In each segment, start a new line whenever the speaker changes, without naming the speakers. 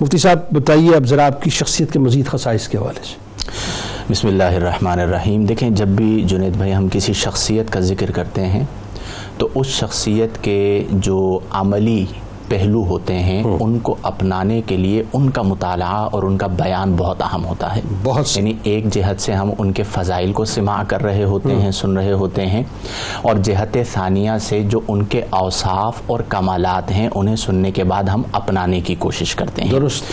مفتی صاحب بتائیے اب ذرا آپ کی شخصیت کے مزید خصائص کے حوالے سے
بسم اللہ الرحمن الرحیم دیکھیں جب بھی جنید بھائی ہم کسی شخصیت کا ذکر کرتے ہیں تو اس شخصیت کے جو عملی پہلو ہوتے ہیں ان کو اپنانے کے لیے ان کا مطالعہ اور ان کا بیان بہت اہم ہوتا ہے
بہت سے
یعنی ایک جہت سے ہم ان کے فضائل کو سماع کر رہے ہوتے ہیں سن رہے ہوتے ہیں اور جہت ثانیہ سے جو ان کے اوصاف اور کمالات ہیں انہیں سننے کے بعد ہم اپنانے کی کوشش کرتے ہیں
درست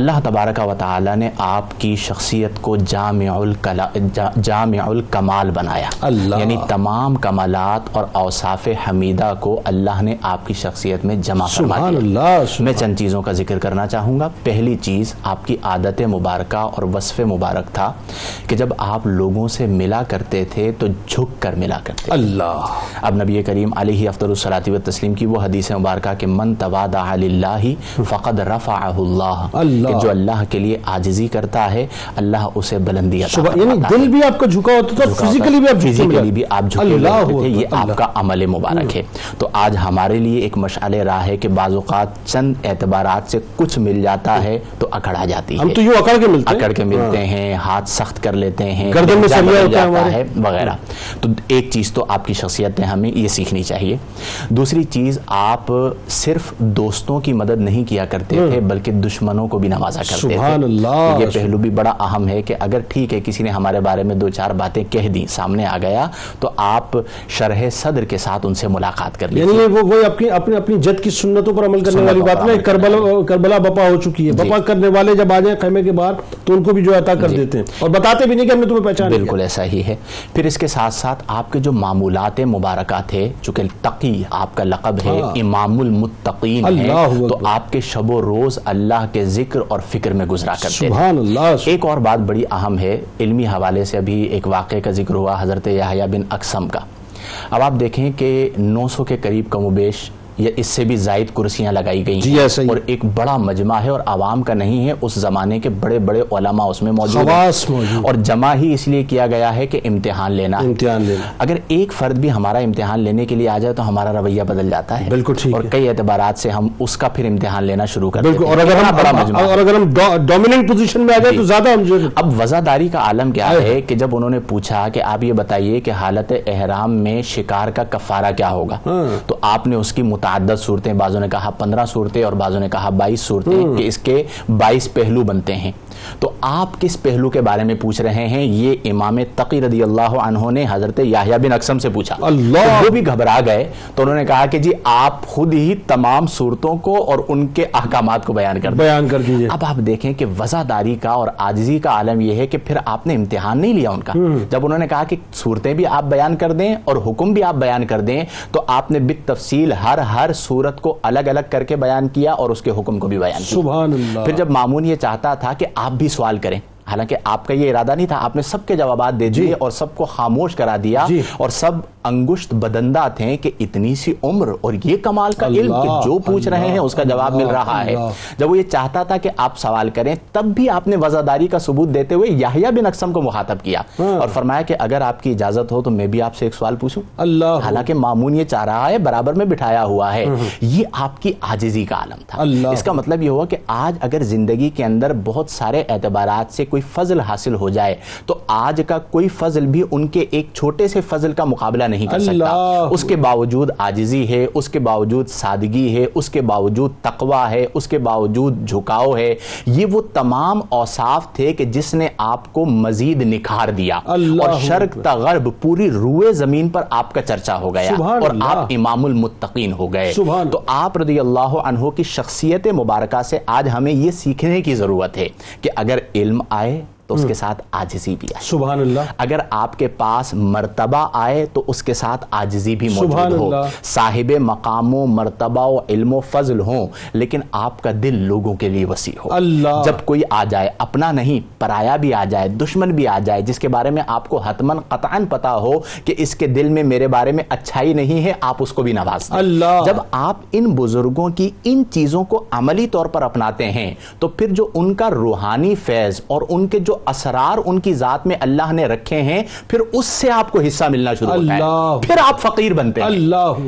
اللہ تبارک و تعالی نے آپ کی شخصیت کو جامع الکلا جا- جامع الکمال بنایا
اللہ
یعنی تمام کمالات اور اوصاف حمیدہ کو اللہ نے آپ کی شخصیت میں جمع فرما
سبحان
دیا
اللہ سبحان
میں چند چیزوں کا ذکر کرنا چاہوں گا پہلی چیز آپ کی عادت مبارکہ اور وصف مبارک تھا کہ جب آپ لوگوں سے ملا کرتے تھے تو جھک کر ملا کرتے
اللہ
اب نبی کریم علیہ افضل الصلاۃ و تسلیم کی وہ حدیث مبارکہ کہ من تواضع للہ فقد رفعہ اللہ
اللہ
کہ جو اللہ کے لیے عاجزی کرتا ہے اللہ اسے بلندی عطا
صبح
فرماتا
یعنی
ہے۔
دل بھی آپ کا جھکا ہوتا تھا فزیکلی بھی آپ جھکے
فزیکلی
ملے۔
بھی آپ جھکے ہوئے
اللہ
ہوتے تھے یہ
اکبر،
آپ کا عمل مبارک ہے تو آج ہمارے لیے ایک مشعل راہ ہے کہ بعض اوقات چند اعتبارات سے کچھ مل جاتا ہے تو اکڑا جاتی
ہم
ہے
تو یوں اکڑ کے ملتے ہیں
اکڑ کے ملتے ہیں ہاتھ سخت کر لیتے ہیں
گردن میں
لہجہ
سریا ہوتا
بدل
ہے
جاتا
ہمارے۔
ہے وغیرہ تو ایک چیز تو آپ کی شخصیت ہے ہمیں یہ سیکھنی چاہیے دوسری چیز آپ صرف دوستوں کی مدد نہیں کیا کرتے تھے بلکہ دشمنوں کو بھی نوازا کرتے تھے
ہاں۔ سبحان اللہ،
یہ پہلو بھی بڑا اہم ہے کہ اگر ٹھیک ہے کسی نے ہمارے بارے میں دو چار باتیں کہہ دیں سامنے آ گیا تو آپ شرح صدر کے ساتھ ان سے ملاقات کر لیجیے
یعنی وہ وہی اپنی اپنی اپنی جد کی سنتوں پر عمل کرنے
سنت
والی
پر
بات
عمل
نہیں کربلا کربلا بپا ہو چکی ہے بپا کرنے والے جب آ جائیں خیمے کے باہر تو ان کو بھی جو عطا کر دیتے ہیں اور بتاتے بھی نہیں کہ ہم نے تمہیں پہچان لیا۔
بالکل ایسا ہی ہے پھر اس کے ساتھ ساتھ آپ کے جو معمولات مبارکہ تھے چونکہ تقی آپ کا لقب ہے امام المتقین ہے
ہاں۔ اللہ
تو
اکبر۔
آپ کے شب و روز اللہ کے ذکر اور فکر میں گزرا کرتے تھے
سبحان اللہ سبحان
ایک اور بات بڑی اہم ہے علمی حوالے سے ابھی ایک واقعے کا ذکر ہوا حضرت یحییٰ بن اقسم کا اب آپ دیکھیں کہ نو سو کے قریب کم و بیش یا اس سے بھی زائد کرسیاں لگائی گئی
جی ایسا ہی
اور ایک بڑا مجمع ہے اور عوام کا نہیں ہے اس زمانے کے بڑے بڑے علماء اس میں موجود ہیں
خواص موجود
اور جمع ہی اس لیے کیا گیا ہے کہ امتحان لینا ہے
امتحان لینا
اگر ایک فرد بھی ہمارا امتحان لینے کے لیے آ جائے تو ہمارا رویہ بدل جاتا ہے
بالکل ٹھیک
اور
ہے۔
کئی اعتبارات سے ہم اس کا پھر امتحان لینا شروع کر
بالکل اور اگر ہم اور اگر ہم ڈومیننٹ پوزیشن میں آ
جی۔
جائیں تو زیادہ ہم جو
اب وزاداری کا عالم کیا ہے کہ جب انہوں نے پوچھا کہ آپ یہ بتائیے کہ حالت احرام میں شکار کا کفارہ کیا ہوگا تو آپ نے اس کی متعدد صورتیں بعضوں نے کہا پندرہ صورتیں اور بعضوں نے کہا بائیس صورتیں کہ اس کے بائیس پہلو بنتے ہیں تو آپ کس پہلو کے بارے میں پوچھ رہے ہیں یہ امام تقی رضی اللہ عنہ نے حضرت یحییٰ بن اقسم سے پوچھا
اللہ
تو وہ بھی گھبرا گئے تو انہوں نے کہا کہ جی آپ خود ہی تمام صورتوں کو اور ان کے احکامات کو بیان کر دیں
بیان کر دیجئے
اب آپ دیکھیں کہ وزاداری کا اور عاجزی کا عالم یہ ہے کہ پھر آپ نے امتحان نہیں لیا ان کا جب انہوں نے کہا کہ صورتیں بھی آپ بیان کر دیں اور حکم بھی آپ بیان کر دیں تو آپ نے بت تفصیل ہر ہر صورت کو الگ الگ کر کے بیان کیا اور اس کے حکم کو بھی بیان کیا
سبحان اللہ
پھر جب مامون یہ چاہتا تھا کہ آپ بھی سوال کریں حالانکہ آپ کا یہ ارادہ نہیں تھا آپ نے سب کے جوابات دے دیے اور سب کو خاموش کرا دیا
جی۔
اور سب انگشت بدندہ تھے کہ اتنی سی عمر اور یہ کمال کا علم کہ
اللہ،
جو پوچھ رہے ہیں اس کا
اللہ،
جواب مل رہا ہے
اللہ۔
جب وہ یہ چاہتا تھا کہ آپ سوال کریں تب بھی آپ نے وزاداری کا ثبوت دیتے ہوئے یحییٰ بن اقسم کو مخاطب کیا
ہاں۔
اور فرمایا کہ اگر آپ کی اجازت ہو تو میں بھی آپ سے ایک سوال پوچھوں
اللہ
حالانکہ مامون یہ چاہ رہا ہے برابر میں بٹھایا ہوا ہے یہ آپ کی عاجزی کا عالم
اللہ
تھا اس کا مطلب یہ ہوا کہ آج اگر زندگی کے اندر بہت سارے اعتبارات سے کوئی فضل حاصل ہو جائے تو آج کا کوئی فضل بھی ان کے ایک چھوٹے سے فضل کا مقابلہ نہیں کر سکتا
اللہ
اس کے باوجود عاجزی ہے اس کے باوجود سادگی ہے اس کے باوجود تقوی ہے اس کے باوجود جھکاؤ ہے یہ وہ تمام اوصاف تھے کہ جس نے آپ کو مزید نکھار دیا
اللہ
اور شرق تا غرب پوری روئے زمین پر آپ کا چرچا ہو گیا
سبحان
اور
اللہ۔
آپ امام المتقین ہو گئے
سبحان
تو آپ رضی اللہ عنہ کی شخصیت مبارکہ سے آج ہمیں یہ سیکھنے کی ضرورت ہے کہ اگر علم آئے تو اس کے ساتھ عاجزی بھی آئے
سبحان اللہ
اگر آپ کے پاس مرتبہ آئے تو اس کے ساتھ عاجزی بھی
سبحان
موجود ہو
اللہ۔
صاحب مقام و مرتبہ و علم و فضل ہوں لیکن آپ کا دل لوگوں کے لیے وسیع ہو
اللہ
جب کوئی آ جائے اپنا نہیں پرایا بھی آ جائے دشمن بھی آ جائے جس کے بارے میں آپ کو حتمن قطعاً پتا ہو کہ اس کے دل میں میرے بارے میں اچھائی نہیں ہے آپ اس کو بھی نواز دیں
اللہ
جب آپ ان بزرگوں کی ان چیزوں کو عملی طور پر اپناتے ہیں تو پھر جو ان کا روحانی فیض اور ان کے جو اسرار ان کی ذات میں اللہ نے رکھے ہیں پھر اس سے آپ کو حصہ ملنا شروع ہوتا ہے
اللہ
پھر آپ فقیر بنتے ہیں
اللہ